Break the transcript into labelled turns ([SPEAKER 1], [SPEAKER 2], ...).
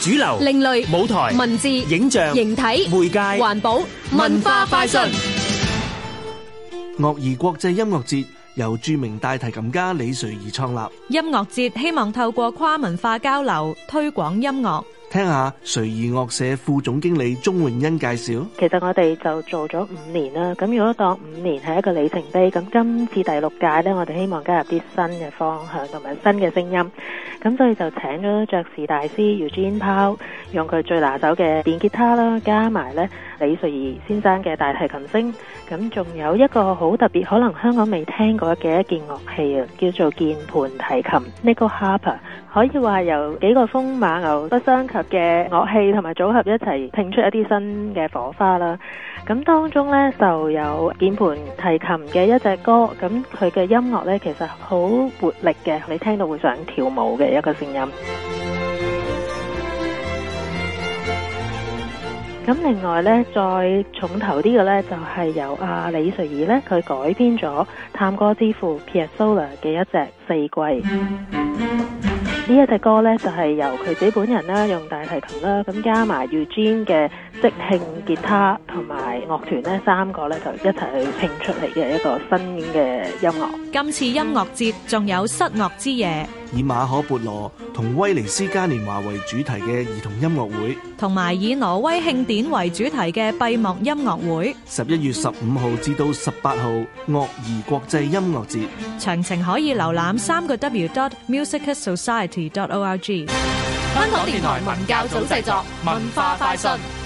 [SPEAKER 1] 主流、
[SPEAKER 2] 另類
[SPEAKER 1] 舞台、
[SPEAKER 2] 文字
[SPEAKER 1] 影像、
[SPEAKER 2] 形體
[SPEAKER 1] 媒介、
[SPEAKER 2] 環保、文化快訊。
[SPEAKER 3] 樂兒國際音樂節由著名大提琴家李垂怡創立，
[SPEAKER 4] 音樂節希望透過跨文化交流推廣音樂。
[SPEAKER 3] 聽下垂怡樂社副總經理鍾永欣介紹。
[SPEAKER 5] 其實我哋就做咗五年啦，咁如果當五年係一個里程碑，咁今次第六屆呢，我哋希望加入啲新嘅方向同埋新嘅聲音，咁所以就請咗爵士大師 Eugene Pao，用佢最拿手嘅電吉他啦，加埋呢李瑞兒先生嘅大提琴聲，咁仲有一個好特別，可能香港未聽過嘅一件樂器啊，叫做鍵盤提琴 Nickel Harper，可以話由幾個風馬牛不相及嘅樂器同埋組合一齊拼出一啲新嘅火花啦。咁當中呢，就有鍵盤提琴嘅一隻歌，咁佢嘅音樂呢，其實好活力嘅，你聽到會想跳舞嘅一個聲音。咁另外呢，再重頭啲嘅呢，就係、由阿、李瑞兒呢，佢改編咗《探戈之父 Piazzolla》嘅一隻四季。呢一隻歌呢，就係、由佢自己本人啦，用大提琴啦，咁加埋 Eugene 嘅即興吉他同埋樂團呢三個呢，就一齊去拼出嚟嘅一個新嘅音樂。
[SPEAKER 4] 今次音樂節仲有室樂之夜，
[SPEAKER 3] 以馬可波羅同威尼斯嘉年華為主題嘅兒童音樂會，
[SPEAKER 4] 同埋以挪威慶典為主題嘅閉幕音樂會。
[SPEAKER 3] 十一月十五號至到十八號樂兒國際音樂節。
[SPEAKER 4] 詳情可以瀏覽三個 W dot musicsociety dot org。
[SPEAKER 2] 香港電台文教組製作，文化快訊。